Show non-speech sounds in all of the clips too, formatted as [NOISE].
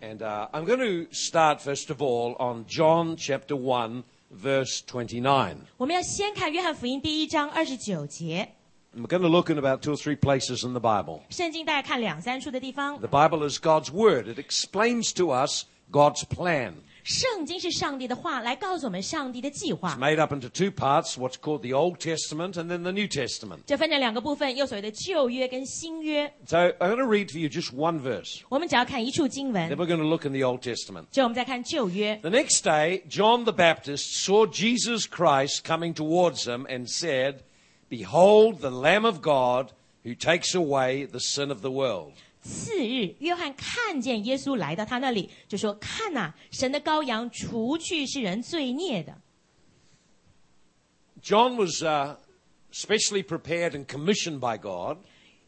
And uh, I'm going to start, first of all, on John chapter 1, verse 29. 我们要先看约翰福音第一章二十九节， And we're going to look in about two or three places in the Bible. 圣经大概看两三处的地方。 The Bible is God's Word, it explains to us God's plan. 圣经是上帝的话，来告诉我们上帝的计划 It's。made up into two parts what's called the Old Testament and then the New Testament. 这分成两个部分，又所谓的旧约跟新约。 So I'm going to read for you just one verse. 我们只要看一处经文 Then，we're going to look in the Old Testament. 就我们再看旧约。 The next day, John the Baptist saw Jesus Christ coming towards him and said, Behold the Lamb of God who takes away the sin of the world. 次日，约翰看见耶稣来到他那里，就说：“看呐、神的羔羊，除去世人罪孽的。 John was uh, specially prepared and commissioned by God ”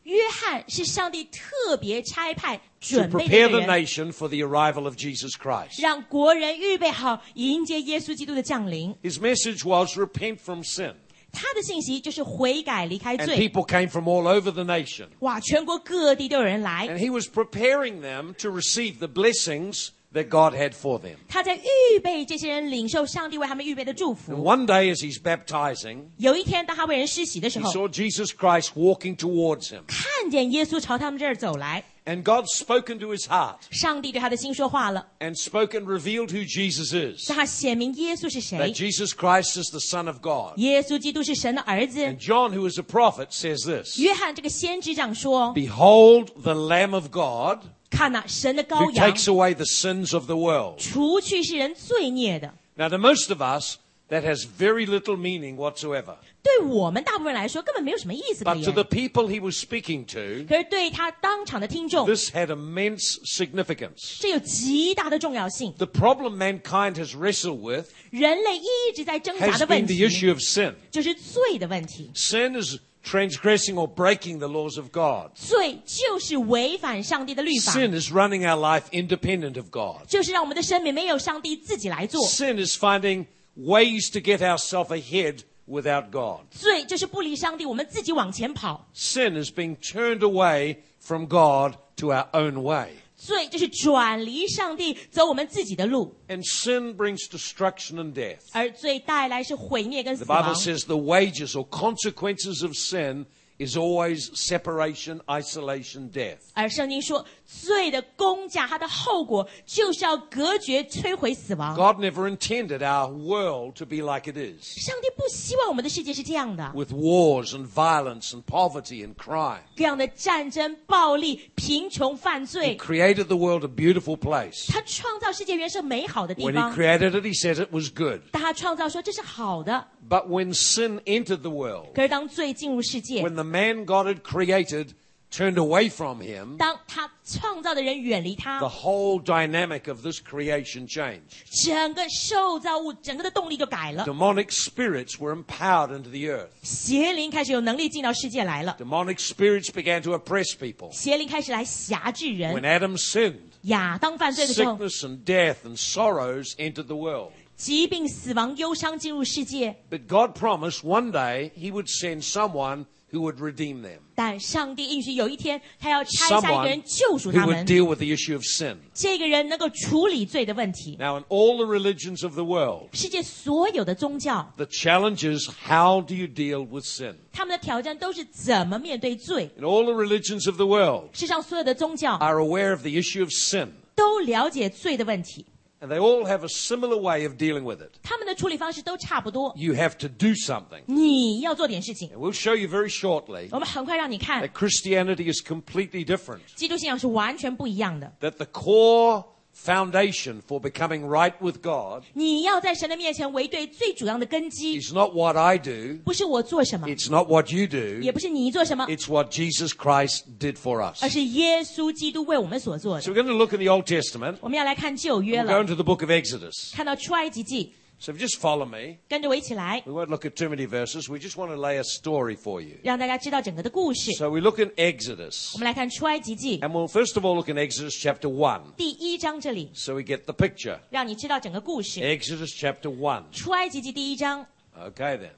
约翰是上帝特别差派 to 准备的 prepare 一 the 个人， nation for the arrival of Jesus Christ. 让国人预备好迎接耶稣基督的降临。 His message was repent from sin. 他的信息就是悔改离开 And 罪。 people came from all over the nation. 哇，全国各地都有人 And 来， he was preparing them to receive the blessings that God had for them. 他在预备这些人领受上帝为他们预备的祝 And 福。 one day, as he's baptizing, 有一天，当他为人施洗的时 he 候， saw Jesus Christ walking towards him. 看见耶稣朝他们这儿走来， And God spoke into his heart 上帝对他的心说话了， and spoke and revealed who Jesus is. 让他显明耶稣是 That 谁。 Jesus Christ is the Son of God. 耶稣基督是神的儿子 And。John, who is a prophet, says this 约翰这个先知长说 Behold the Lamb of God：“ 看呐、神的羔 who 羊， takes away the sins of the world. 除去世人罪孽的。 Now, to most of us, that has very little meaning whatsoever. ”对我们大部分来说，根本没有什么意思可 But to 言。 the people he was speaking to, 可是对他当场的听众， this had immense significance. 这有极大的重要性。 The problem mankind has wrestled with 人类一直在挣扎 has 的问 been the 题， issue of sin. 就是罪的问题。 Sin is transgressing or breaking the laws of God. 罪就是违反上帝的律法， Sin is running our life independent of God. 就是让我们的生命没有上帝自己来做。 Sin is finding ways to get ourselves ahead without God. 罪就是不离上帝，我们自己往前跑。 Sin is being turned away from God to our own way. 罪就是转离上帝，走我们自己的路。 And sin brings destruction and death. 而罪带来是毁灭跟死 The 亡 Bible。says the wages or consequences of sin is always separation, isolation, death. 而圣经说，罪的工价，它的后果就是要隔绝、摧毁、死亡。 God never intended our world to be like it is, 上帝不希望我们的世界是这样的， with wars and violence and poverty and crime. 各样的战争、暴力、贫穷、犯 He 罪。 created the world a beautiful place. 他创造世界原是美好的地 When he 方， created it, he said it was good. 但他创造说这是好的。 But when sin entered the world, 可是当罪进入世界， when the man God had created turned away from him, 当他创造的人远离他 the，whole dynamic of this creation changed. 整个受造物整个的动力就改了， Demonic spirits were empowered into the earth. 邪灵开始有能力进到世界来了， Demonic spirits began to oppress people. 邪灵开始来辖制 When 人。 Adam sinned, 亚当犯罪的时候， sickness and death and sorrows entered the world. 疾病、死亡、忧伤进入世界， But God promised one day he would send someone who would redeem them. 但上帝应许有一天他要拆下一个 Someone 人救赎 who 他 would 们， deal with the issue of sin. 这个人能够处理罪的问题。 Now, in all the religions of the world, 世界所有的宗教， the challenge is how do you deal with sin? 他们的挑战都是怎么面对罪。 In all the religions of the world, 世上所有的宗教 are aware of the issue of sin, 都了解罪的问题， and they all have a similar way of dealing with it. 他们的处理方式都差不多。 You have to do something. 你要做点事情， And we'll show you very shortly 我们很快让你看， that Christianity is completely different. 基督信仰是完全不一样的。 That the core foundation for becoming right with God 你要在神的面前为对最主要的根基， is not what I do, 不是我做什么， it's not what you do, 也不是你做什么， it's what Jesus Christ did for us. 而是耶稣基督为我们所做 So 的。 we're going to look in the Old Testament. 我们要来看旧约 We're going 了， to the book of Exodus. 看到出埃及记， So if you just follow me. 跟着我一起来， We won't look at too many verses. We just want to lay a story for you. 让大家知道整个的故事。 So we look in Exodus. 我们来看出埃及记 And we'll first of all look in Exodus chapter 1第一章这里， so we get the picture. 让你知道整个故事。 Exodus chapter 1. 出埃及记第一章， Okay then.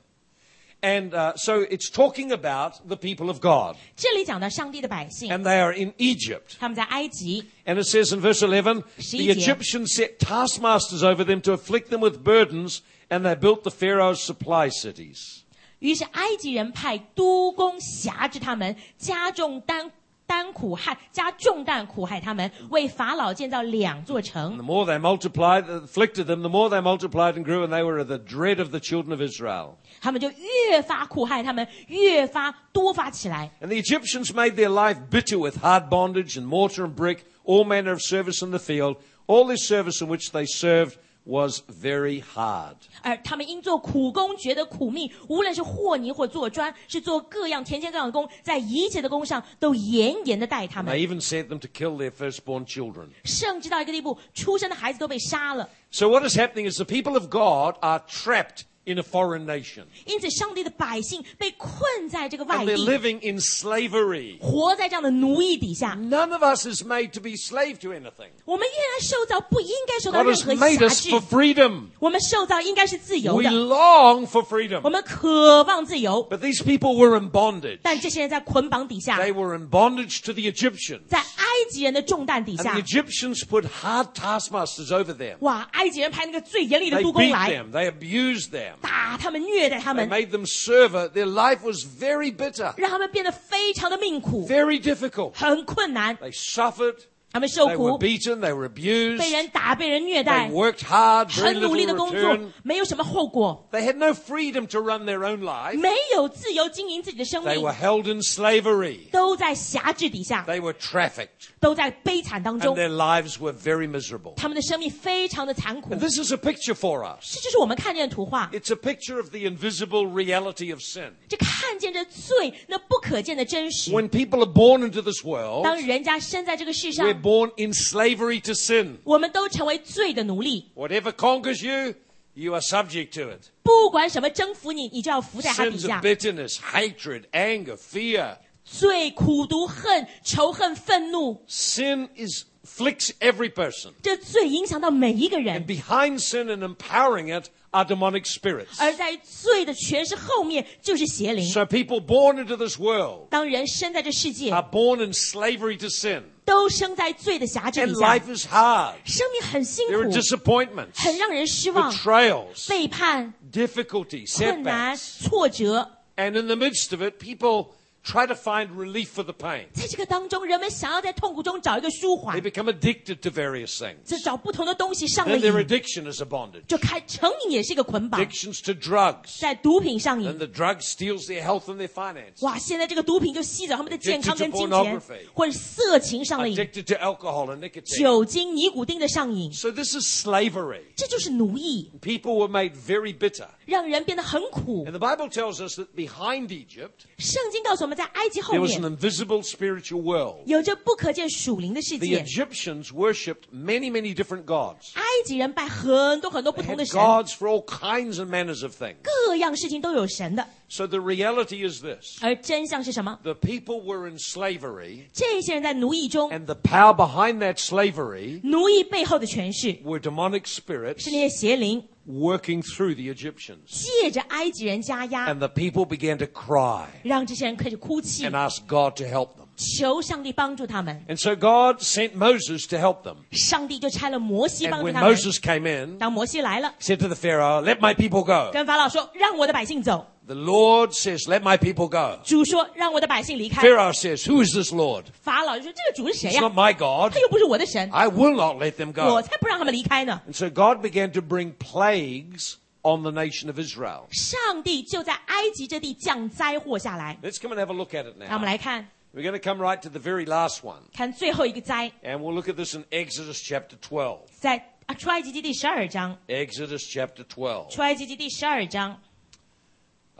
And uh, so it's talking about the people of God. 这里讲到上帝的百姓， And they are in Egypt. 他们在埃及， And it says in verse 11 the She's here. Egyptians set taskmasters over them to afflict them with burdens, and they built the Pharaoh's supply cities. 于是埃及人派督工辖制他们，加重担担苦害，加重担苦害他们，为法老建造两座 And 城。 the more they multiplied, uh, afflicted them, the more they multiplied and grew, and they were the dread of the children of Israel. 他们就越发苦害他们，越发多发起来。 And the Egyptians made their life bitter with hard bondage and mortar and brick, all manner of service in the field. All this service in which they served was very hard. 而他们因做苦工，觉得苦命，无论是和泥或做砖，是做各样田间各样的工，在一切的工上都严严的待他 And they even 们，sent them to kill their firstborn children. 甚至到一个地步，出生的孩子都被杀了。 So what is happening is the people of God are trapped in a foreign nation. 因此，上帝的百姓被困在这个外 And they're 地， living in slavery. 活在这样的奴役底下。 None of us is made to be slave to anything. 我们原来受造不应该受到 God 任 has 何 made 辖 us 制 for，freedom. 我们受造应该是自由 We 的， long for 我 freedom. 们渴望自由。 But these people were in bondage. 但这些人在捆绑底下， They were in bondage to the Egyptians. 在埃及人的重担底 And the 下， Egyptians put hard taskmasters over them. 哇！埃及人派那个最严厉的 They 督工 beat 来 them. They abused them. 打他们、虐待他 They 们， made them server. Their life was very bitter, 让他们变得非常的命苦， very difficult. 很困难。 They suffered. 他们受 They 苦 were，beaten. They were 被 abused. 人打，被人虐 They 待， worked hard, very 很努力的 little 工作 return.，没有什么后果， They had no freedom to run their own life. 没有自由经营自己的生 They 命 were，held in slavery. 都在辖制底下， They were trafficked. 都在悲惨当中 And。their lives were very miserable. 他们的生命非常的残酷 And。this is a picture for us. 这就是我们看见的图画， It's a picture of the invisible reality of sin. 这看见这罪那不可见的真实。 When people are born into this world, 当人家生在这个世 we're 上， born in slavery to sin. 我们都成为罪的奴隶。 Whatever conquers you, you are subject to it. 不管什么征服你，你就要服在他底 Sins of 下。 bitterness, hatred, anger, fear. 罪、苦毒、恨、仇恨、愤怒， Sin is flicks every person. 这罪影响到每一个 And 人。 behind sin and empowering it are demonic spirits. 而在罪的权势后面，就是邪灵。 So people born into this world 当人生在这世界， are born in slavery to sin. 都生在罪的辖制 And 底下， life is hard. 生命很辛 There are 苦， disappointments, 很让人失望， betrayals, 背叛、 difficulty, 困难、 setbacks. 挫折。 And in the midst of it, people try to find relief for the pain. 在这个当中，人们想要在痛苦中找一个舒 They 缓， become addicted to various things. 就找不同的东西上了 Then their 瘾， addiction is a bondage. 就开成瘾也是一个捆绑， Addictions to drugs. 在毒品上 Then 瘾。 the drug steals their health and their finance. 哇，现在这个毒品就吸走他们的健康跟 Addicted 金钱 to pornography，或者色情上了瘾， Addicted to alcohol and nicotine. 酒精、尼古丁的上瘾， So this is slavery. 这就是奴役， People were made very bitter. 让人变得很苦 And。the Bible tells us that behind Egypt, 圣经告诉我们在埃及后 there was an 面 invisible spiritual world. 有着不可见属灵的世 The 界， Egyptians worshipped many, many different gods. 埃及人拜很多很多不 They 同的 had 神， gods for all kinds and manners of things. 各样事情都有神的。 So the reality is this. 而真相是什么？ The people were in slavery, 这些人在奴役中， and the power behind that slavery 奴役背后的权势 were demonic 是 spirits 那些邪灵。 working through the Egyptians. 借着埃及人加压， And the people began to cry 让这些人开始哭泣 and，ask God to help them. 求上帝帮助他们。 And so God sent Moses to help them. 上帝就差了摩西帮 And 助 when 他们。 Moses came in, 当摩西来了， said to the Pharaoh, Let my people go. 跟法老说：“让我的百姓走。 The Lord says, Let my people go. ”主说：“让我的百姓离开。 Pharaoh says, Who is this Lord? ”法老就说：“这个主是谁 It's 呀、 not my God. 他又不是我的神， I will not let them 我 go. 才不让他们离开呢。 And so God began to bring plagues on the nation of Israel. ”上帝就在埃及这地降灾祸下来。 Let's come and have a look at it 让我们 now. 来看 We're going to come right to the very last one. 看最后一个灾， And we'll look at this in Exodus chapter 12. 在啊出埃及记第十二章， Exodus chapter 12. 出埃及记第十二章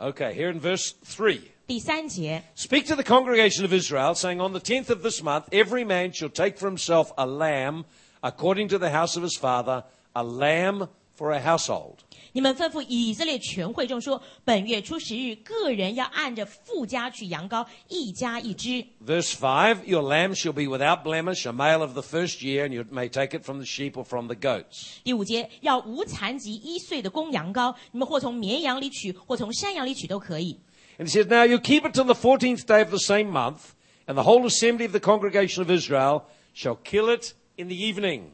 Okay, here in verse 3. 第三节。 Speak to the congregation of Israel, saying, On the tenth of this month, every man shall take for himself a lamb according to the house of his father, a lamb for a household. 你们吩咐以色列全会众说：本月初十日，个人要按着富家取羊羔，一家一只。 Verse 5 Your lamb shall be without blemish, a male of the first year, and you may take it from the sheep or from the goats. 第五节要无残疾一岁的公羊羔，你们或从绵羊里取，或从山羊里取都可以。 And he says, Now you keep it till the 14th day of the same month, and the whole assembly of the congregation of Israel shall kill it in the evening.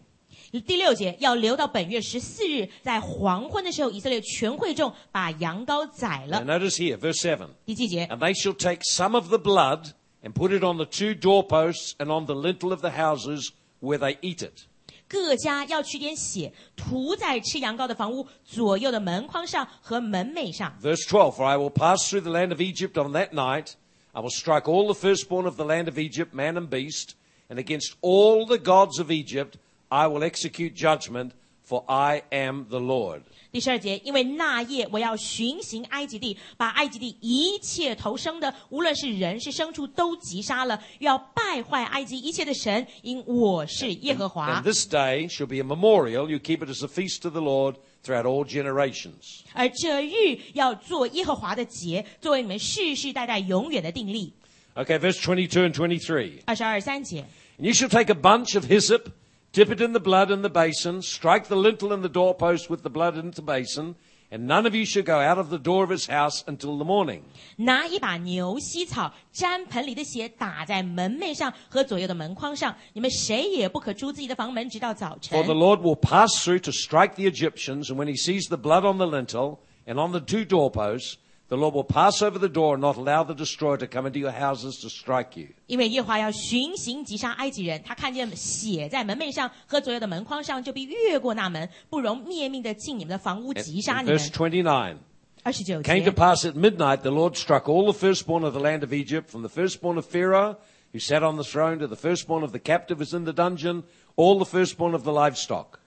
第六节要留到本月十四日，在黄昏的时候，以色列全会众把羊羔宰 Now 了。 notice here, verse 7. 第七节， And they shall take some of the blood and put it on the two doorposts and on the lintel of the houses where they eat it. 各家要取点血，涂在吃羊羔的房屋左右的门框上和门楣上。 Verse 12 For I will pass through the land of Egypt on that night. I will strike all the firstborn of the land of Egypt, man and beast, and against all the gods of Egypt I will execute judgment, for I am the Lord. 第十二节，因为那夜我要巡行埃及地，把埃及地一切投生的，无论是人是牲畜，都击杀了，又要败坏埃及一切的神，因我是耶和华 And。this day shall be a memorial. You keep it as a feast to the Lord throughout all generations. 而这日要做耶和华的节，作为你们世世代代永远的定力。 Okay, verse 22 and 23. 二十二三节， And you shall take a bunch of hyssop, dip it in the blood in the basin, strike the lintel and the doorpost with the blood into the basin, and none of you shall go out of the door of his house until the morning. 拿一把牛膝草沾盆里的血，打在门楣上和左右的门框上。你们谁也不可出自己的房门，直到早 For the 晨。 Lord will pass through to strike the Egyptians, and when he sees the blood on the lintel and on the two doorposts, the Lord will pass over the door and not allow the destroyer to come into your houses to strike you. 因为耶和华要巡行击杀埃及人，他看见血在门楣上和左右的门框上，就必越过那门，不容灭命的进你们的房屋，击杀 And 你们 verse。29. 二十九 Came to 节， pass at midnight, the Lord struck all the firstborn of the land of Egypt, from the firstborn of Pharaoh, who sat on the throne, to the firstborn of the captives in the dungeon, all the firstborn of the livestock.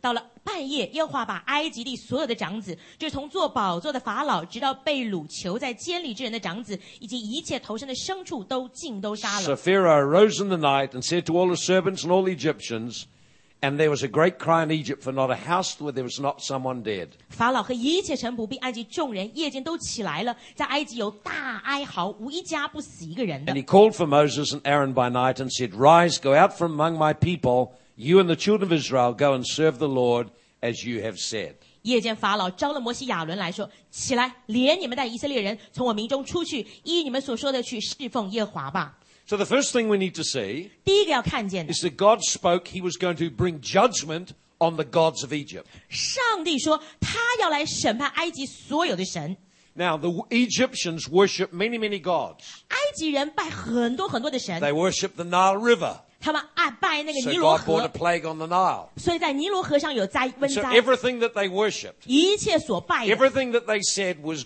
到了半夜，耶和华把埃及地所有的长子，就是从做宝座的法老，直到被掳囚在监里之人的长子，以及一切投生的牲畜，都尽都杀 So。了 Pharaoh arose in the night and said to all his servants and all the Egyptians, and there was a great cry in Egypt for not a house where there was not someone dead. 法老和一切臣仆，并埃及众人，夜间都起来了，在埃及有大哀嚎，无一家不死一个人的 And。he called for Moses and Aaron by night and said, Rise, go out from among my people, you and the children of Israel, go and serve the Lord as you have said. 夜间法老招了摩西亚伦来说：“起来，连你们带以色列人从我民中出去，依你们所说的去侍奉耶和华吧。 So the first thing we need to see ”第一个要看见的， is that God spoke he was going to bring judgment on the gods of Egypt. 上帝说他要来审判埃及所有的神。 Now, the Egyptians worship many, many gods. 埃及人拜很多很多的神， They worship the Nile River. 他们爱拜那个 So 尼罗 God brought a 河， plague on the Nile. 所以在尼罗河上有灾温 So 灾， everything that they worshiped, 一切所拜的， everything that they said was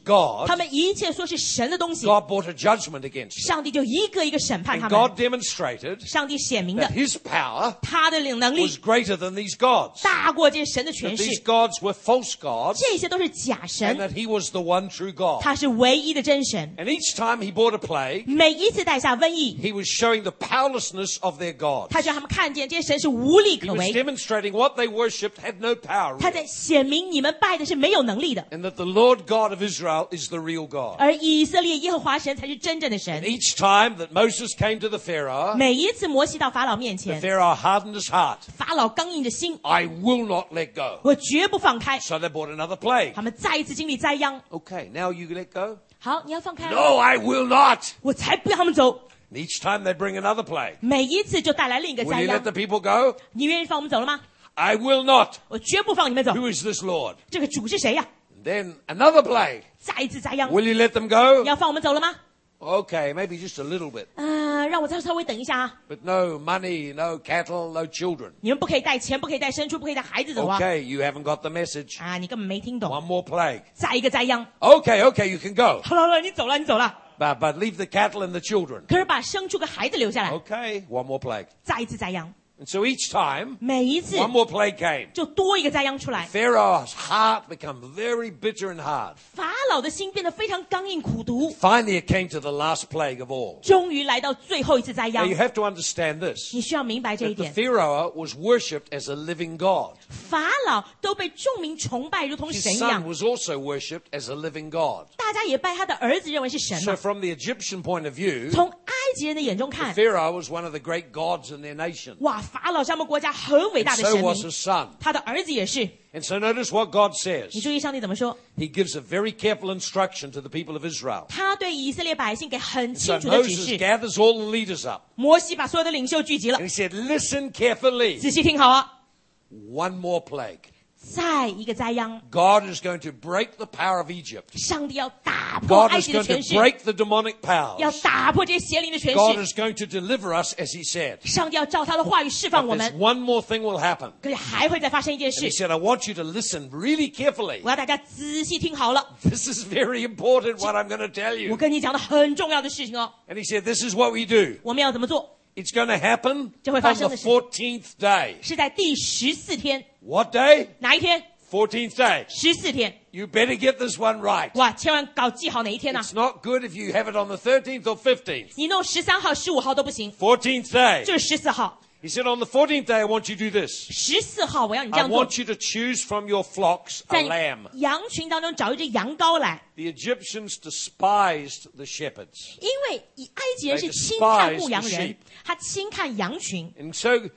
他 God, 们一切说是神的东西， God brought a judgment against them. 上帝就一个一个审判 And 他们 God。demonstrated 上帝显明 that 的， his power 他的领能 was 力 greater than these gods. 大过这神的权 That these 势， gods were false gods 这些都是假神 and。that he was the one true God. 他是唯一的真神。 And each time he brought a plague, 每一次带下瘟疫， he was showing the powerlessness of their gods. 他让他们看见这些神是无力 He 可 was 为， demonstrating what they worshipped had no power, 他 really, 在显明你们拜的是没有能力的， and that the Lord God of Israel is the real God. 而以色列耶和华神才是真正的 And 神。 each time that Moses came to the Pharaoh, 每一次摩西到法老面 the 前， Pharaoh hardened his heart. 法老刚硬着心， I will not let go. 我绝不放开。 So they brought another plague. 他们再一次经历灾殃。 Okay, now you let go? 好，你要放开啊， No, I will not. 我才不要他们走。 And each time they bring another plague. 每一次就带来另一个 Will 灾 you let 殃 the。people go? 你愿意放我们走了吗？ I will not. 我绝不放你们走。 Who is this Lord? 这个主是谁呀、 And then another plague. 再一次灾殃， Will you let them go? 你要放我们走了吗？ Okay, maybe just a little bit. 嗯、让我再稍微等一下啊。 But no money, no cattle, no children. 你们不可以带钱，不可以带牲畜，不可以带孩子走啊！ Okay, you haven't got the message. 啊，你根本没听懂。 One more plague. 再一个灾殃， Okay, okay, you can go. 好了好了，你走了，你走了。 But, but leave the cattle and the children. 可是把牲畜跟孩子留下来， Okay, one more plague. 再一次灾殃， And so each time, 每一次 one more plague came. 就多一个灾殃出来。 Pharaoh's heart became very bitter and hard. 法老的心变得非常刚硬苦毒， Finally, it came to the last plague of all. 终于来到最后一次灾 Now, 殃 you。have to understand this 你需要明白这一 that 哎 the 点， Pharaoh was worshipped as a living God. 法老都被众民崇拜如同神 His 一 son 样， was also worshipped as a living God. 大家也拜他的儿子认为是神 So, 嘛。 from the Egyptian point of view, 从埃及人的眼中 the 看， Pharaoh was one of the great gods in their nation. 哇，法老是他们国家很伟 And 大的神 so was 明 his，son. 他的儿子也是。 And so, notice what God 你 says. 注意上帝怎么说， He gives a very careful instruction to the people of Israel. 他对以色列百姓给很 So 清楚的指 Moses 示。 gathers all the leaders up 摩西把所有的领袖聚集了 and，he said, Listen carefully. 仔细听好啊， One more plague. 再一个灾殃， God is going to break the power of Egypt. 上帝要打破 God 埃 is 及的 going 权 to 势， break the demonic 要 powers. 打破这些邪灵的权 God 势。 is going to deliver us, as he said. 上帝要照他的话语释放我 There's 们， one more thing will happen. 可是还会再发生一件 And he 事， said, I want you to listen really carefully. 我要大家仔细听好了， This is very important what I'm going to tell 我 you. 跟你讲的很重要的事情哦， And he said, This is what we do. 我们要怎么做？ It's going to happen on the 这会发生的事。 14th day. 是在第十四天， What day? 哪一天？ 14th day. 十四天， You better get this one right. 哇，千万搞记好哪一天呐、啊 It's not good if you have it on the 13th or 15th. 你弄十三号、十五号都不行， 14th day. 就是十四号、 He said, On the 14th day, I want you to do this. 十四号，我要你这 I 样做， want you to choose from your flocks a 在 lamb. 羊群当中找一只羊羔来， The Egyptians despised the shepherds. 因为以埃及人 They 是轻看牧羊 despise the sheep. 人，他轻看羊群。 And so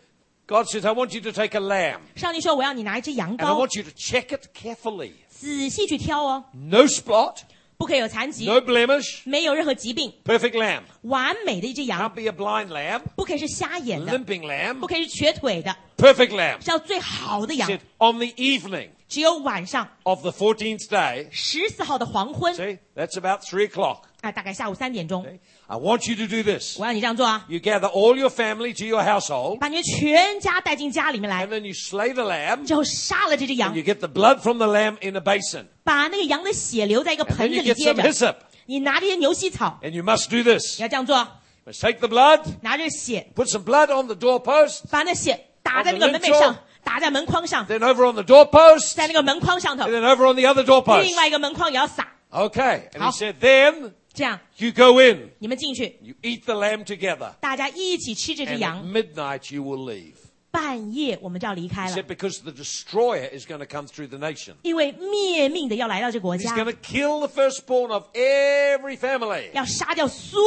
God says, I want you to take a lamb. 上帝说：“我要你拿一只羊 And I 羔， want you to check it carefully. 仔细去挑哦， No spot, 不可以有残疾， no blemish, 没有任何疾病。” perfect lamb. 完美的一只羊， Can't be a blind lamb, 不可以是瞎眼的， limping lamb, 不可以是瘸腿的， perfect lamb. 是要最好的 He 羊。 said, On the evening 只有晚上 of the 14th day, 十四号的黄昏， see, that's about 3 o'clock. 啊，大概下午三点钟， Okay? I want you to do this. 我要你这样做啊， You gather all your family to your household, 把你们全家带进家里面来 and，then you slay the lamb, 之后杀了这只 and 羊 you，get the blood from the lamb in a basin. 把那个羊的血留在一个 And then 盆子 you 里 get 接 some 着， hyssop, 你拿这些牛膝草， and you must do this. 你要这样做啊， You must take the blood, 拿着血， put some blood on the doorpost, 把那血打在那哦个门门窗楣上，打在门框上， then over on the doorpost, 在那个门框上头 and，then over on the other doorpost. 另外一个门框也要撒， Okay. And he Huh? said, then 这样 you go in, 你们进去， you eat the lamb together, 大家一起吃这只 and 羊 at。midnight you will leave. 半夜我们就要离开 He 了 said,，because the destroyer is going to come through the nation. 因为灭命的要来到这国 He's 家， going to kill the firstborn of every family, 要杀掉所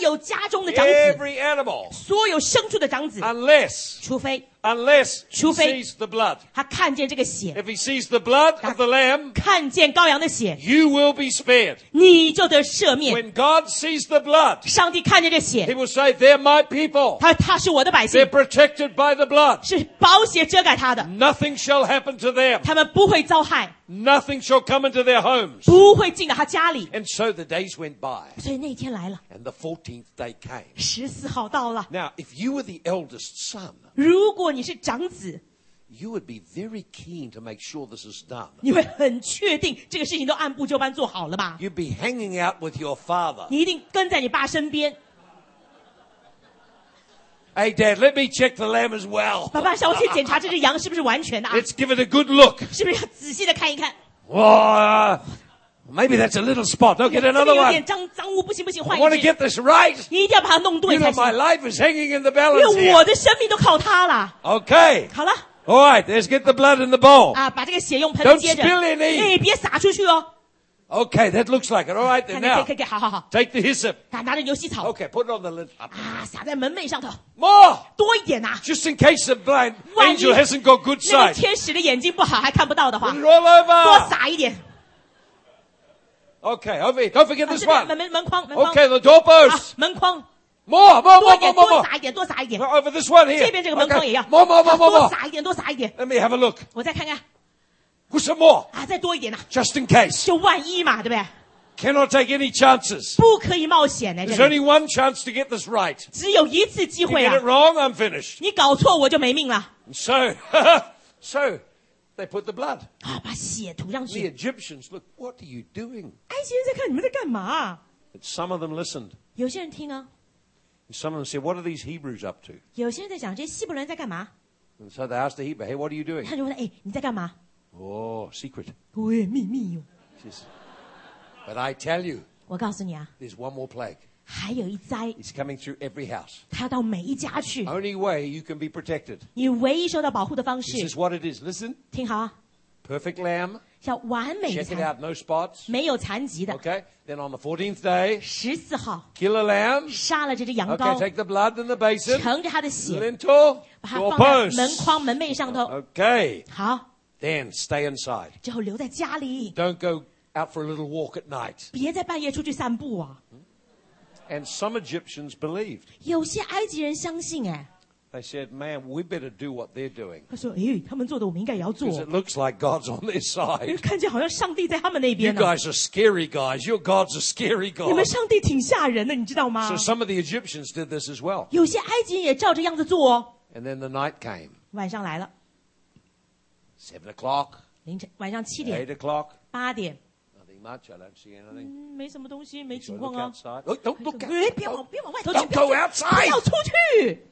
有家中的长子， every animal, 所有牲畜的长子，啊 unless, 除非 unless he 除非- sees the blood. 他看见这个血， If he sees the blood of the lamb, 看见羔羊的血， you will be spared. 你就得赦免。 When God sees the blood, 上帝看见这 he 血， will say, they're my people. 他他是我的百 They're 姓， protected by the blood. 是宝血遮盖他的， Nothing shall happen to them. 他们不会遭害， Nothing shall come into their homes. 不会进到他家里。 And so the days went by, 所以那一天来了， and the 14th day came. 十四号到了。 Now, if you were the eldest son, 如果你是长子， you would be very keen to make sure this is done. 你会很确定这个事情都按部就班做好了吧？ You'd be hanging out with your father. 你一定跟在你爸身边。 Hey, Dad, let me check the lamb as well. 爸爸，让我去检查这只羊是不是完全的啊？ Let's give it a good look. 是不是要仔细的看一看？ Oh, uh, maybe that's a little spot. I'll get 这个 another 有点 one. 脏脏污，不行不行，换 I want to 一只。 get this right. 你一定要把它弄对 You 才 know, 行 my，life is hanging in the 因 balance 为我 here. 的生命都靠它了。 Okay. 好了 All right, let's get the blood in the bowl. 啊，把这个血用盆 Don't 子接着， spill any 哎，别洒出去哦。 Okay, that looks like it. All right 看 then 看，可以 now. Oh 可以可以，好好好， Take the hyssop. 啊，拿着牛膝草 Okay, put it on the lid. Up. 啊，撒在门楣上头， More! 多一点呐。 Just in case the blind 万一 angel hasn't got good 那 sight. 个天使的眼睛不好，还看不到的话 Put，it all 多 over! 撒一点。 Okay, over here. Don't forget 啊 this 这边 one. 门门门框，门框 Okay, the 啊 doorpost.，门框 More, more, 多 more, more, 一 more, 点，多 more. 撒一点，多撒一点。 Well, Over this one here. 这边这个门框也 Okay. 要 More, more, more, 啊 more, 多 more. 撒一点，多撒一点。 Let me have a look. 我再看看 With some more. 啊，再多一点呐、 Just in case. 就万一嘛，对不对？ Cannot take any chances. 不可以冒险呢、 There's 这里 only one chance to get this right. 只有一次机 You 会 get 啊 it！wrong, I'm finished. 你搞错我就没命了 And so, [LAUGHS] so, they put the blood. 啊！把血涂上 The 去。 Egyptians, look, what are you doing? 埃及人在看你们在干嘛啊？ But some of them listened. 有些人听啊， And some of them said, What are these Hebrews up to? 有些人在讲这些希伯伦在干嘛？ And so they asked the Hebrew, Hey, what are you [LAUGHS] doing? 他就问他：哎，你在干嘛？ Oh, secret. 喂，秘密哟、 She says, But I tell you, 我告诉你啊， there's one more plague. 还有一灾， It's coming through every house. 他要到每一家去。 Only way you can be protected. 你唯一受到保护的方 This is 式， what it is. Listen, 听好啊， perfect lamb. 要完美的 Check it 残， out, no spots. 没有残疾的。 Okay. Then on the 14th day, 十四号 kill a lamb. 杀了这只羊羔 Okay, take the blood and the basin, 盛着他的血， lintel, 把它 door 放在门 posts. 框门楣上呃头。 Okay. 好， Then stay inside. 之后留在家里， Don't go out for a little walk at night. 别在半夜出去散步啊。 And some Egyptians believed. 有些埃及人相信，哎， They said, man, we better do what they're doing. 他说，哎，他们做的我们应该也要做， Because it looks like God's on their 因为 side. 看见好像上帝在他们那 [LAUGHS] You 边呢、 guys are scary guys. Your God's a scary 你 God. 们上帝挺吓人的，你知道吗 So？some of the Egyptians did this as well. 有些埃及人也照着样子做哦。 And then the night came. 晚上来了， Seven o'clock, 凌晨晚上七点、 eight o'clock. 八点， Nothing much. I don't see 嗯 anything. 没什么东西，没 So 情 look 况啊。 outside. Oh, don't look 哎，别往 out. 别往外头去， Don't 不要 go 去不要 outside. 出去，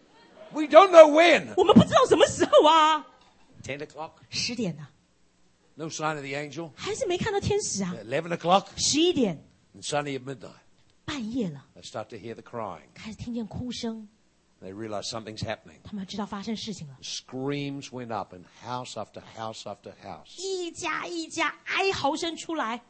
We don't know when. 我们不知道什么时候啊。 Ten o'clock. 十点呢、 No sign of the angel. 还是没看到天使啊。 Eleven o'clock. 十一点， And suddenly at midnight, 半夜了， they start to hear the crying. 开始听见哭声， They realize something's happening. 他们知道发生事情了。 Screams went up in house after house after house. 一家一家哀嚎声出来，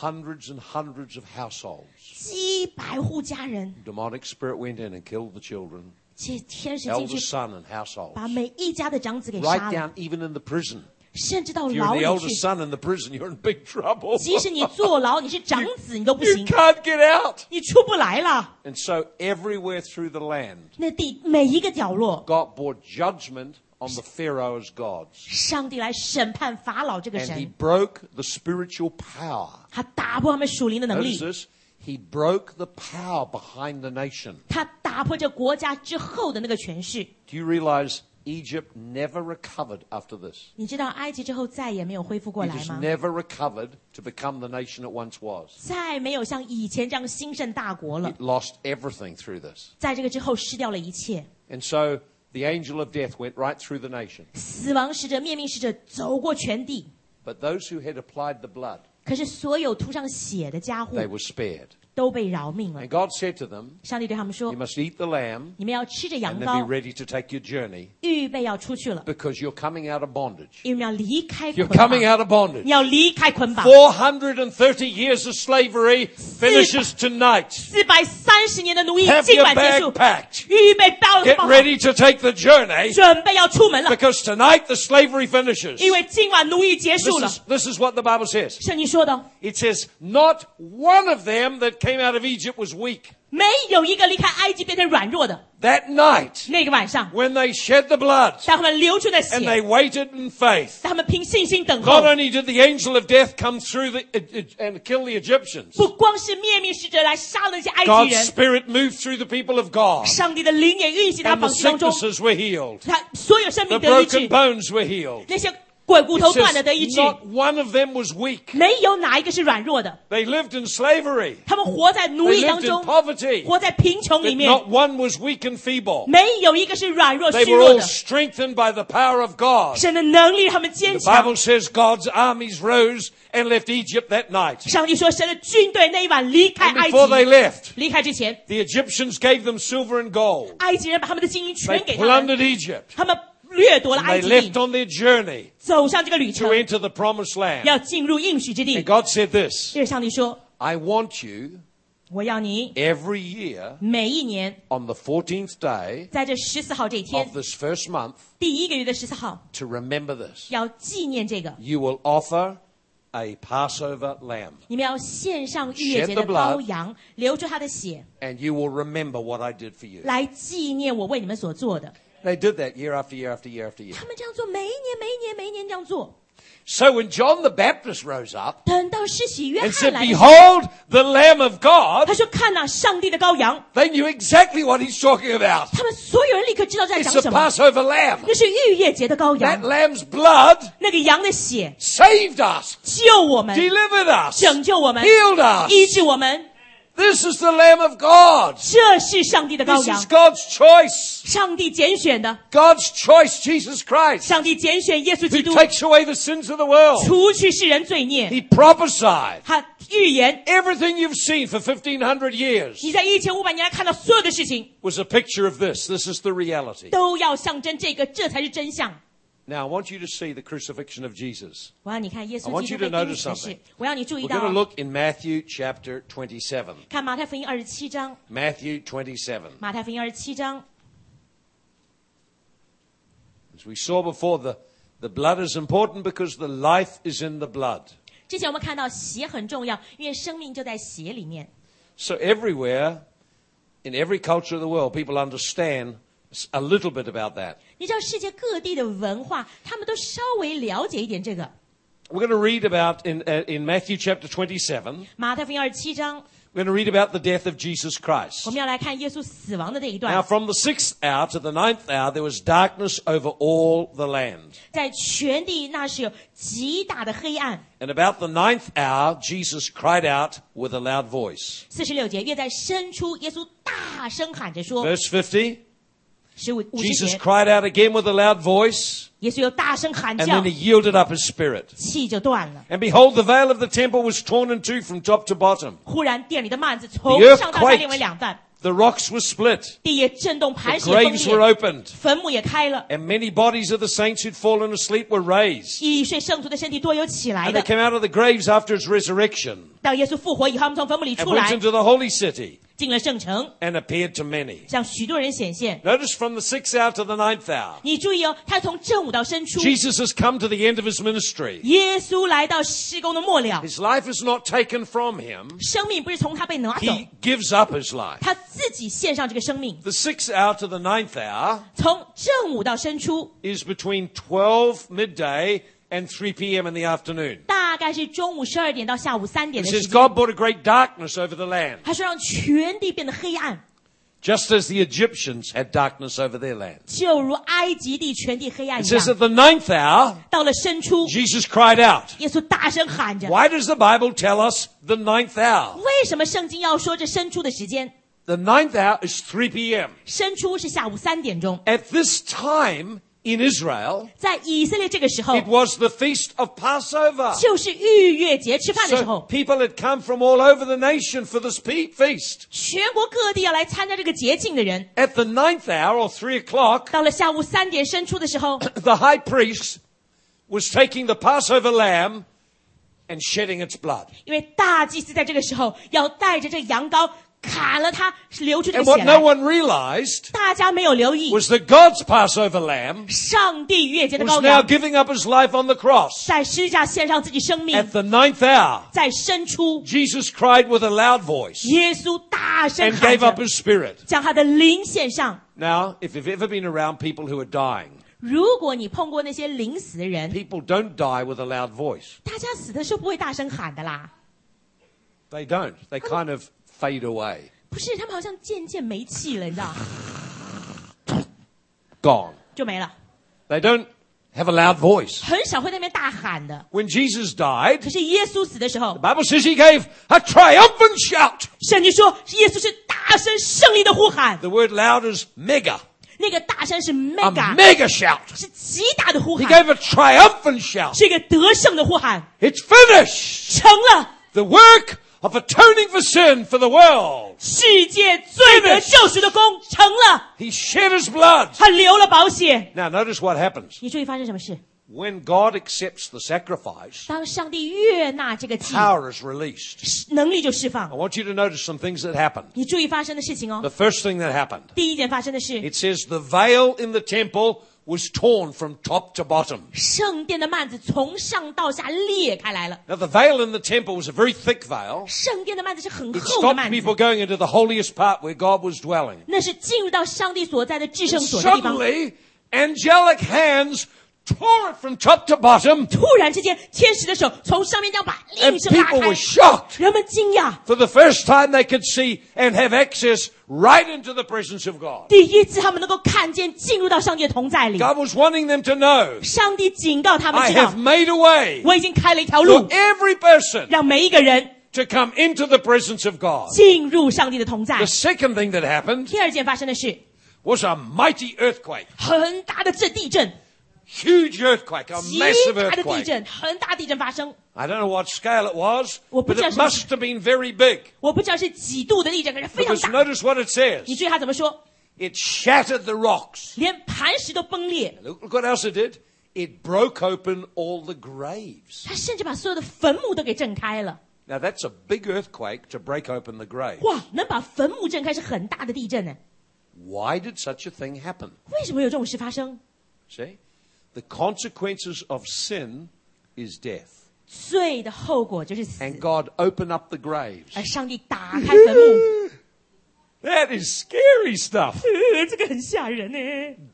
Hundreds and hundreds of households. 几百户家人， Demonic spirit went in and killed the children, 这天使进 elder 去， son and households. 把每一家的长子给杀 Right 了， down even in the prison. 甚至到 If you're 牢 the 里 eldest 去。 son in the prison, you're in big trouble. 即使你坐牢，你是长子，你都不 [LAUGHS] You 行， can't get out. 你出不来了。 And so everywhere through the land, 那地每一个角落， God brought judgment on the Pharaoh's gods. 上帝来审判法老这个 And he 神， broke the spiritual power. 他打破他们属灵的能 Notice 力， this. He broke the power behind the nation. 他打破这国家之后的那个权势。 Do you realize Egypt never recovered after this? 你知道埃及之后再也没有恢复过 It 来 has 吗？ never recovered to become the nation it once was. 再没有像以前这样兴盛大国了 It。lost everything through this. 在这个之后，失掉了一切。 And so the angel of death went right through the nation. 死亡使者、灭命使者走过全地， But those who had applied the blood, 可是所有涂上血的家伙 they were spared. 都被饶命了 And。God said to them, 上帝对他们说 You must eat the：“ lamb 你们要吃着羊 and then be 羔， ready to take your journey 预备要出去了， because you're coming out of bondage. 因为你要离开 You're 捆 coming 绑， out of bondage. 你要离开捆绑。 430 years of slavery finishes tonight. 四百三十年的奴役 Have 尽 your 管结束 bag，packed. 预备包 Get 包好， ready to take the journey 准备要出门了， because tonight the slavery finishes. 因为今晚奴役结 This 束了。 is, this is what the Bible says. ”圣经说的。 It says, Not one of them that came out of Egypt was weak. 没有一个离开埃及变成软弱的。 That night, 那个晚上， when they shed the blood 当他们流出的 and 血， they waited in faith, 当他们凭信心等 not 候， only did the angel of death come through the, uh, uh, and kill the Egyptians, 不光是灭命使者来杀了那些埃及 God's 人， spirit moved through the people of God 上帝的灵也运行在他 and the 房子当中， sicknesses were healed. 他所有生 The 命得医 broken 治， bones were healed. 那些鬼骨 It 头断了得医 says 治， not one of them was weak. 没有哪一个是软弱的。 They lived in slavery. 他们活在奴 They 役当 lived in 中， poverty. 活在贫穷里 But 面， not one was weak and feeble. 没有一个是软弱 They 虚 were 弱 all 的。 strengthened by the power of God. 神的能力让他们坚 The 强 Bible。says God's armies rose and left Egypt that night. 上帝说，神的军队那一晚离开 And 埃 before they 及， left, 离开之前， the Egyptians gave them silver and gold. 埃及人把他们的金银 They 全给他们。 plundered Egypt. 他们掠夺了 And 埃 they 及 left 地， on their journey 走上这个旅程 to，enter the promised land. 要进入应许之地 And。God said this 因为上帝说 I want you：“ 我要你 every year 每一年 on the 14th day 在这十四号这一 of 天， this first month 第一个月的十四号， to remember this. 要纪念这个， You will offer a Passover lamb 你们要献上逾越节 Shed 的 the blood 羔羊，流出他的血， and you will remember what I did for you. 来纪念我为你们所做的。 They did that year after year after year after ” year. 他们这样做，每一年、每一年、每一年这样做。 So when John the Baptist rose up 等到施洗约 and said, 翰来了， Behold the Lamb of God, 他说：“看呐、上帝的羔羊。 they knew exactly what he's talking ” about. 他们所有人立刻知道在 It's 讲 the 什么， Passover lamb. 那是逾越节的羔 That 羊， lamb's blood 那个羊的血 saved us, 救我们， delivered us, 拯救我们， healed us. 医治我们。 This is the Lamb of God. 这是上帝的羔 This is 羊， God's choice. 上帝拣选的， God's choice, Jesus Christ, 上帝拣选耶稣 who 基督， takes away the sins of the world. 除去世人罪孽。 He prophesied 他预言， Everything you've seen for 1500 years 你在一千五百年来看到所有的事情， was a picture of this. This is the reality. 都要象征这个，这才是真相。 Now, I want you to see the crucifixion of Jesus. 我要你看耶稣 I want 基 you 督 to 被钉 notice 死的事 something.，我要你注意 We're 到 going to 啊， look in Matthew chapter 27. 看马太福音二十七章， Matthew 27. 马太福音二十七章， As we saw before, the, the blood is important because the life is in the blood. 之前我们看到血很重要，因为生命就在血里面。 So everywhere, in every culture of the world, people understand s- a little bit about that. 你知道世界各地的文化，他们都稍微了解一点这个。 We're going to read about in, uh, in Matthew chapter 27, 马太福音二十七章， we're going to read about the death of Jesus 我 Christ. 们要来看耶稣死亡的这一 Now, 段， from the sixth hour to the ninth hour, there was darkness over all the land. 在全地那是有极大的黑暗。 And about the ninth hour, Jesus cried out with a loud voice. 四十六节，越在深处，耶稣大声喊着说 Verse 50, 15：“ 十五五十哎 Jesus 节， cried out again with a loud voice, 耶稣又大声喊 and 叫 then he，yielded up his spirit. 气就断了。 And behold, the veil of the temple was torn in two from top to bottom. 忽然，店里的幔子从 The earth 上到下 quaked. 裂为两半， The rocks were split, 地也震动， the 磐石也 graves 崩 were 裂， opened, 坟墓也开了。 and many bodies of the saints who'd fallen asleep were raised. 一睡圣徒的身体多有起来 And they 的。 came out of the graves after his resurrection 当耶稣复活以后，他们从坟墓里 and 出 went 来， into the holy city 进了圣城， and appeared to many. 向许多人显现。 Notice from the sixth hour to the ninth hour, 你注意哦，他从正午到深处， Jesus has come to the end of his ministry. 耶稣来到施工的末了， His life is not taken from him. 生命不是从他被拿走， He gives up his life. 他自己献上这个生命。 The sixth hour to the ninth hour 从正午到深处， is between 12 midday and 3 p.m. in the afternoon. 大概是中午十二点到下午三点 It 的时 says 间。 God brought a great darkness over the land, 他说让全地变得黑暗， just as the Egyptians had darkness over their land. 就如埃及地全地黑暗 It 一 says at。样 the ninth hour, 到了深处， Jesus cried out. 耶稣大声喊着 Why does the Bible tell us the ninth：“ hour? 为什么圣经要说这深处的时间？ The ninth hour is 3 p.m. 深处是下午三点钟， At this time in Israel, 在以色列这个时候 it was the feast of Passover. 就是逾越节吃饭的时 So 候， people had come from all over the nation for this pe- feast. 全国各地要来参加这个节庆的人， At the ninth hour or three o'clock, 到了下午三点深处的时候， [CLEARS THROAT] the high priest was taking the Passover lamb and shedding its blood. 因为大祭司在这个时候要带着这羊羔砍了它流出这 And 个 what 血 no 来， one realized 大家没有留意， was that God's Passover lamb 上帝逾越节的 was 羔 now 羊 giving up his life on the cross. 在施架献上自己生 At 命， the ninth hour, 在深处， Jesus cried with a loud voice 耶稣大声 and 喊 gave up 着， his spirit. 将他的灵献上。 Now, if you've ever been around people who are dying, 如果你碰过那些临死的人， people don't die with a loud voice. 大家死的时候不会大声喊的啦， They don't. They kind of fade away. 不是，他们好像渐渐没气了，你知道， Gone. 就没了。 They don't have a loud voice. 很少会在那边大喊的。 When Jesus died, 可是耶稣死的时 the 候， Bible says he gave a triumphant shout. 圣经说耶稣是大声胜利的呼喊， The word loud is mega. 那个大声是 A mega，啊 mega shout. 是极大的呼 He 喊， gave a triumphant shout. 是一个得胜的呼喊， It's finished. 成了 The work of atoning for sin for the world. 世界罪得救赎的功，成了， He shed his blood. 他流了宝血。 Now notice what happens. 你注意发生什么事？ When God accepts the sacrifice, 当上帝悦纳这个祭， power is released. 能力就释 I 放。 want you to notice some things that happened. 你注意发生的事情哦 The。first thing that happened, 第一件发生的是 it says the veil in the temple was torn from top to bottom. 圣殿的幔子从上到下裂开来了。 Now the veil in the temple was a very thick veil. 圣殿的幔子是很 It 厚的 stopped 幔子 people，going into the holiest part where God was dwelling. 那是进入到上帝所在的至圣 And 所的地方。 suddenly, angelic hands tore it from top to bottom, 突然之间，天使的手从上面这样把 and 另生拉 people 开 were，shocked. 人们惊讶， For the first time, they could see and have access right into the presence of God. 第一次他们能够看见进入到上帝的同在里。 God was wanting them to know, 上帝警告他们 I 知道 have，made a way 我已经开了一条 for 路， every person 让每一个人 to come into the presence of God. 进入上帝的同在 The。second thing that happened 第二件发生的是 was a mighty earthquake. 很大的震地震， huge earthquake, a 极 massive 大的地 earthquake. 震，很大地震发生。 I don't know what scale it was, but 我不知道是不是- it must have been very big. 我不知道是几度的地震，可是非常 Because 大。 notice what it 你 says. 注意他怎么说， It shattered the rocks. 连磐石都崩裂， Look look what else it did. It broke open all the graves. 他甚至把所有的坟墓都给震开了。 Now that's a big earthquake to break open the grave. 哇，能把坟墓震开是很大的地震呢。 Why did such a thing happen? 为什么有这种事发生？ See? The consequences of sin is death. 罪的后果就是死， And God opened up the graves. 而上帝打开坟墓， [LAUGHS] That is scary stuff. 呃，这个很吓人呢，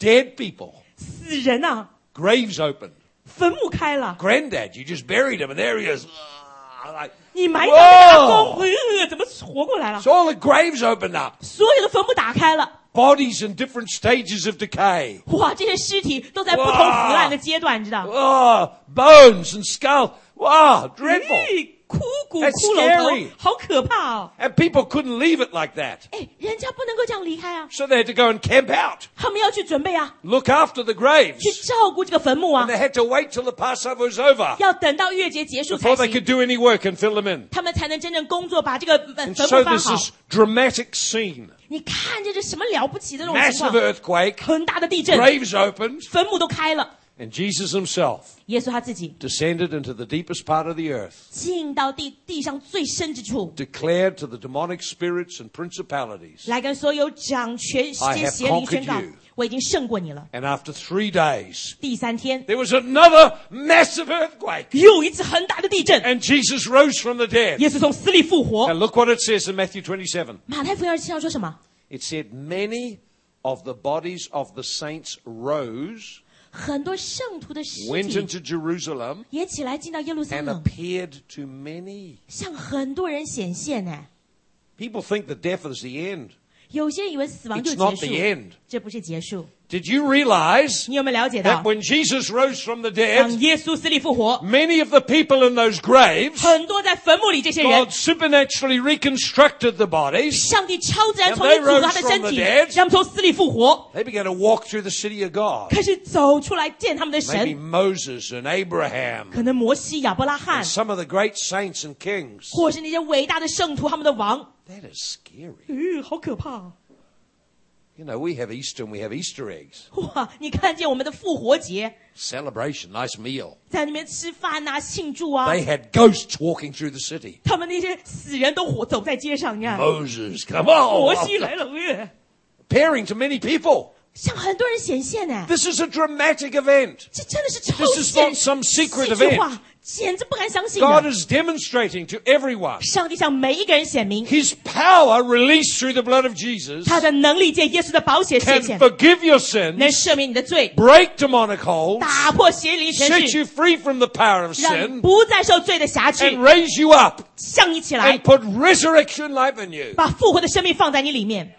Dead people. 死人啊， Graves open. 坟墓开了， Granddad, you just buried him and there he is. Ah, like- 你埋葬的阿公， Whoa! 呃，怎么活过来了？ So all the graves opened up. 所有的坟墓打开了， Bodies in different stages of decay. 哇，这些尸体都在不同腐 Wow! 烂的阶段，你知道？ Oh, bones and skull. Wow, dreadful. 咦，枯骨 That's 骷髅 scary. 头，好可怕哦！ And people couldn't leave it like that. 哎，人家不能够这样离开啊， So they had to go and camp out, 他们要去准备啊， look after the 去 graves. 照顾这个坟墓啊 And，they had to wait till the Passover was over 要等到月节结束才 before they 行， could do any work and fill them in. 他们才能真正工作，把这个呃坟 And 墓 so 翻 there's 好。 this dramatic scene. 你看这这什么了不起的这种情 Massive 况， earthquake, 很大的地震， graves opened, 坟墓都开了。 and Jesus himself 耶稣他自己 descended into the deepest part of the earth, 进到地地上最深之处， declared to the demonic spirits and principalities. 来跟所有掌权这 I 些 have 邪灵宣告 conquered you.：“ 我已经胜过你了。 And after three days, ”第三天 there was another massive earthquake, 又一次很大的地震， and Jesus rose from the dead. 耶稣从死里复活。 And look what it says in Matthew 27. 马太福音二十七章说什么？ It said, Many of the bodies of the saints rose, 很多圣徒的尸 went 体 into Jerusalem, 也起来进到耶路撒 and 冷， appeared to many. 向很多人显现呢。 People think that death is the end. 有些人以为死亡就 It's not 结 the 束， end. 这不是结束。 Did you realize 你有没有了解 that 到？ when Jesus rose from the 让 dead, 耶稣死里复活， many of the people in those graves, 很多在坟墓里这些人 God supernaturally reconstructed the bodies. 上帝超自然 And 重 they 新组合 rose 他的身 from 体， the dead. 让他们从死里复活， They began to walk through the city of God. 开始走出来见他们的 Maybe 神。 Moses and Abraham, 可能摩西、亚伯拉罕 and，some of the great saints and kings. 或是那些伟大的圣徒，他们的王， That is scary. 嗯，好可怕、啊！ You know, we have Easter and we have Easter eggs. 哇，你看见我们的复活节， Celebration, nice meal. 在那边吃饭呐、庆祝啊， They had ghosts walking through the city. 他们那些死人都活走在街上，你看，Oh, Moses, come 摩西 on! 来了，嗯 Appearing to many people. 向很多人显现呢、 This is a dramatic event. 这真的是超 This is 现 not 戏 some secret 剧 event. 化，简直不敢相信、啊 God！is demonstrating to everyone 上帝向每一个人显明， His power released through the blood of Jesus 他的能力借耶稣的宝血谢谢 can。forgive your 能 sins, 赦免你的罪， break demonic holds, 打破邪灵权 set 势， you free from the power of 让你 sin, 不再受罪的辖制 and，raise you up 向你起来 and，put resurrection life in you. 把复活的生命放在你里面，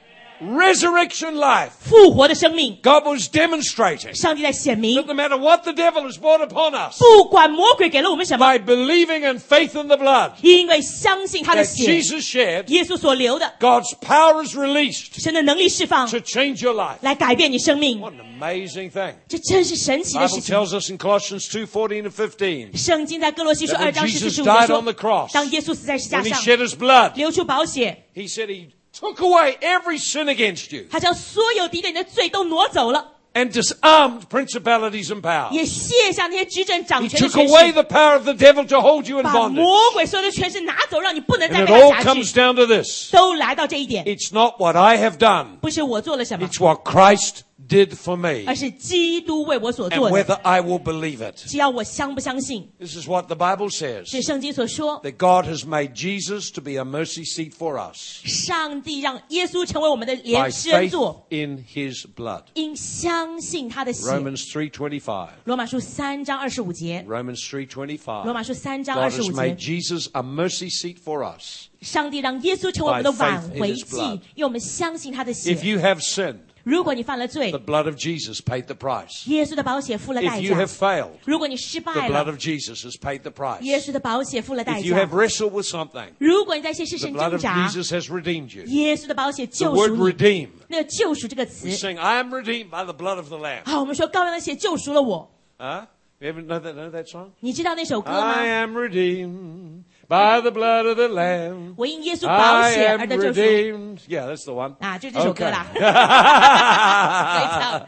Resurrection life. 复活的生命， God was demonstrating 上帝在显 that 明， no matter what the devil has brought upon us, 不管魔鬼给了我们什么， by believing and faith in the blood 因为相信他的 that 血， Jesus shed, 耶稣所流的， God's power is released 神的能力释放， to change your life. 来改变你生命， What an amazing thing. 这真是神奇的 Bible 事情。 tells us in Colossians 2:14 and 15圣经在哥罗西书 That when 二章十四 Jesus 十五节 died on the 说 cross,，当耶稣死在十字架 when he 上， shed his blood, 流出宝血， he said he took away every sin against you 他将所有敌对你的罪都挪走了。 and disarmed principalities and 也 powers. 卸下那些执政掌 He 权的 took 权 away 势， the power of the devil to hold you in 把 bondage. 魔鬼所有的权势拿走，让你不能 And 再 it 被他 all 辖 comes 制， down to this. 都来到这一点。 It's not what I have done. 不是我做了什么， It's what Christ did for me 而是基督为我所 and 做的。 whether I will believe it. 只要我相不相信， This is what the Bible 是 says. 圣经所说， That God has made Jesus to be a mercy seat for us 上帝让耶稣成为我们的 by 连施恩 faith 座， in his blood. 因相信他的血。 Romans 3:25. 罗马书三章二十五节， Romans 3:25. 罗马书三章 God 二十 has 五 made 节， Jesus a mercy seat for us. 上帝让耶稣成为我们的 By faith 挽 in his 回剂 blood，因为我们相信他的 If 血。 you have sinned, 如果你犯了 the 罪， blood of Jesus paid the price. 耶稣的宝血付了 If 代 you 价 have；failed, 如果你失 the 败了 blood，of Jesus has paid the price. 耶稣的宝血付了代 If you have 价。 wrestled with something, 如果你在一些事 the 情 blood 挣 of 扎， Jesus has redeemed you. 耶稣的宝血 The 救 word 赎你。 redeem. 那个“救赎”这个 [GASPS] 词 We，sing, I am redeemed by the blood of the Lamb. 好，我们说羔羊的血救赎了我， Huh? You ever know that, know that song? 你知道那首歌 I 吗？ am redeemed by the blood of the Lamb. 我因耶稣宝 I 血 am 而得救赎 redeemed. Yeah, that's the one. 啊，就是这首歌啦。 [LAUGHS]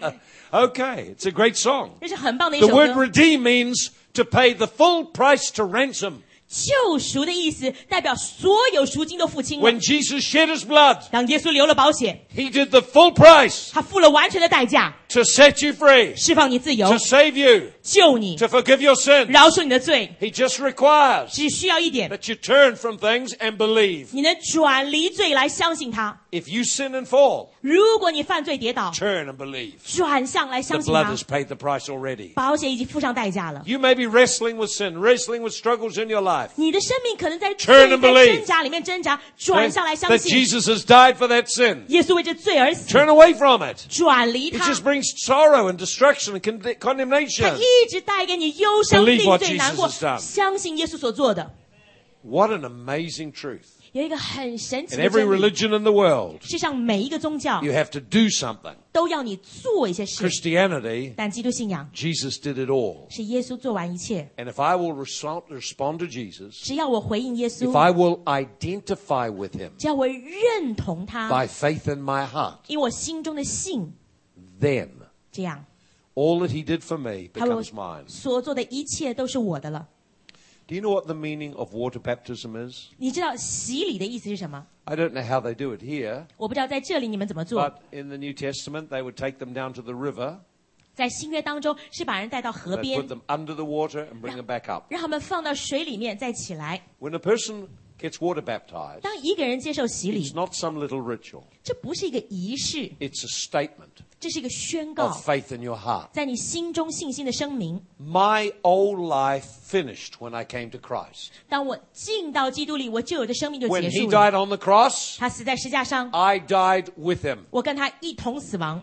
Okay. [LAUGHS] okay, it's a great song. 这是很棒的一 The 首 word 歌。 redeem means to pay the full price to ransom. 救赎的意思代表所有赎金都付清了 When。Jesus shed his blood, 当耶稣流了宝血， he did the full price 他付了完全的代价， to set you free, 释放你自由 to，save you, 救你， to forgive your sin. 饶恕你的罪， He just requires 只需要一点， that you turn from things and believe. 你能转离罪来相信他。 If you sin and fall, 如果你犯罪跌倒， turn and believe. 转向来 The 相信 blood 他 has，paid the price already. 保险已经付上代价了。 You may be wrestling with sin, wrestling with struggles in your life. 你的生命可能在 Turn 罪 and 在 believe. 挣扎里面挣扎，转向来 That, 相 that 信 Jesus has died for that sin. 耶稣为这罪而死， Turn away from it. 转离 It 他， just brings sorrow and destruction and con- 他 condemnation. 一直带给你忧伤、 Believe 定 what 罪、 Jesus 难过。 has done. 相信耶稣所做的， What an amazing truth. 有一个很神奇 In 的 every 真理。 religion in the world, 世上每一个宗教 you have to do something. 都要你做一些事， Christianity, 但基督信仰 Jesus did it all. 是耶稣做完一切。 And if I will respond, respond to Jesus, 只要我回应耶 if 稣， I will identify with him 只要我认同他， by faith in my heart, 因为我心中的信， then 这样 all that he did for me 他为我 becomes mine. 所做的一切都是我的了。 Do you know what the meaning of water baptism is? 你知道洗礼的意思是什么？ I don't know how they do it here, 我不知道在这里你们怎么做。 but in the New Testament, they would take them down to the river, 在新约当中是把人带到河 they 边 put，them under the water, and bring them back up. 让他们放到水里面再起来。 When a person gets water baptized, 当一个人接受洗 it's 礼， not some little ritual. 这不是一个仪式， It's a statement 这是一个宣告 of，faith in your heart. 在你心中信心的声明。 My old life finished when I came to Christ. 当我进到基督里，我旧有的生命就 When 结 he 束了。 died on the cross, 他死在石架上， I died with him. 我跟他一同死亡，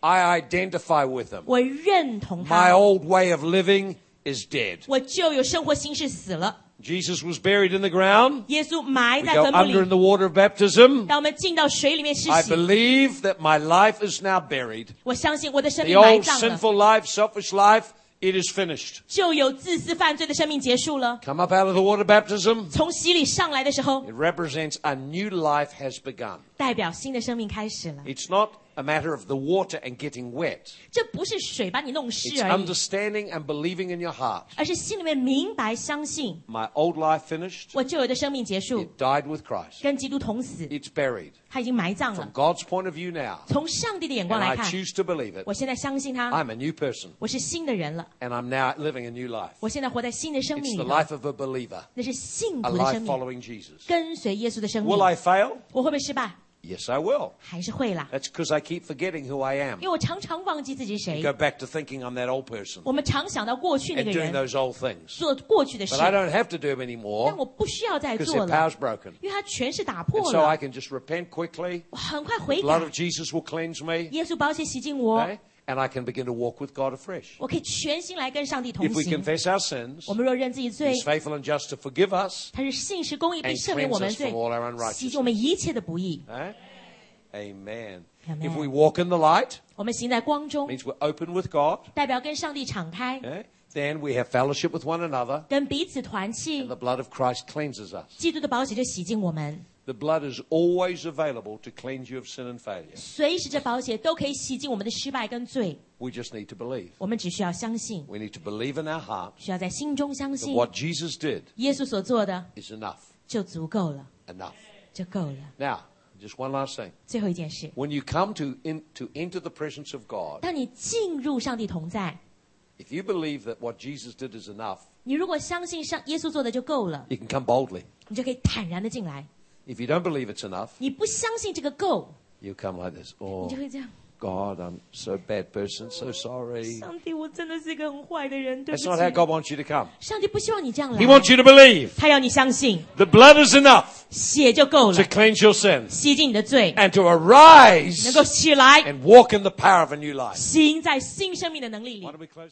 I identify with him. 我认同 My 他。 old way of living is dead. 我旧有生活形式死了， Jesus was buried in the ground. 耶稣埋 We 在 go 坟墓 under in 里。 the water of baptism. 当我们进到水里面施 I 洗， believe that my life is now buried. 我相信我的生 The 命埋 old 葬了， sinful life, selfish life, it is finished. 旧有自私犯罪的生命结束了。 Come up out of the water baptism. 从洗礼上来的时候， It represents a new life has begun. 代表新的生命开始了。 It's not a matter of the water and getting wet. 这不是水把你弄 It's 湿而已， understanding and believing in your heart. 而是心里面明白相信， My old life finished. 我旧有的生命结束， It died with Christ. 跟基督同死， It's buried. 他已经埋葬 From 了。 God's point of view now, 从上帝的眼光 and 来 I 看， choose to believe it, 我现在相信他， I'm a new person 我是新的人了， and I'm now living a new life. 我现在活在新的生 It's 命里 the 了， life of a believer, 那是信 a 徒的生 life 命， following Jesus. 跟随耶稣的生命 Will。I fail? 我会不会失败？ Yes, I will. 还是会啦， That's because I keep forgetting who I am. 因为我常常忘记自己是 I 谁 go。back to thinking I'm that old person 我们常想到过去那 and 个 doing 人 those old things. 做过去的事 But，I don't have to do them 但 anymore 我不需要再 because 做 their 了 power's，broken. 因为它全是打 And 破 so I 了。 can just repent quickly. 我很快悔 The blood 改 of，Jesus 哎 will cleanse me. 耶稣宝血洗净我， Okay? And I can begin to walk with God afresh. 我可以全心来跟上帝同 If we 行。 confess our sins, 我们若认自己罪， He's faithful and just to forgive us. 他是信实公义，必 And 赦免我们 cleanse us 罪 from all our，unrighteousness. 洗净我们一切的不义。 Eh? Amen. Amen. If we walk in the light, 我们行在光中， means we're open with God. 代表跟上帝敞开， eh? Then we have fellowship with one another. 跟彼此团 And 契 the。blood of Christ cleanses us. 基督的宝血就洗净我们， The blood is always available to cleanse you of sin and failure. 随时这宝血都可以洗净我们的失败跟罪。 We just need to believe. 我们只需要相信， We need to believe in our heart 需要在心中相 that 信， what Jesus did 耶稣所做的 is enough. 就足够了， Enough. 就够了。 Now, just one last thing. 最后一件事， When you come to, in, to enter the presence of God, 当你进入上帝同在， if you believe that what Jesus did is enough, 你如果相信上耶稣做的就够了， you can come boldly. 你就可以坦然的进来。 If you don't believe it's enough, 你不相信这个够， you come like this. 你 Oh, 就会这样。 God, I'm so bad person, so sorry. 上帝，我真的是一个很坏的人，对不 That's not how 起。 God wants you to come. 上帝不希望你这样来 He，wants you to believe 他要你相信 the blood is enough 血就够 to 了， cleanse your sins 洗净你的罪， and to 能 arise 够起来， and walk in the power of a new life. 行在新生命的能力里 Why。don't we close?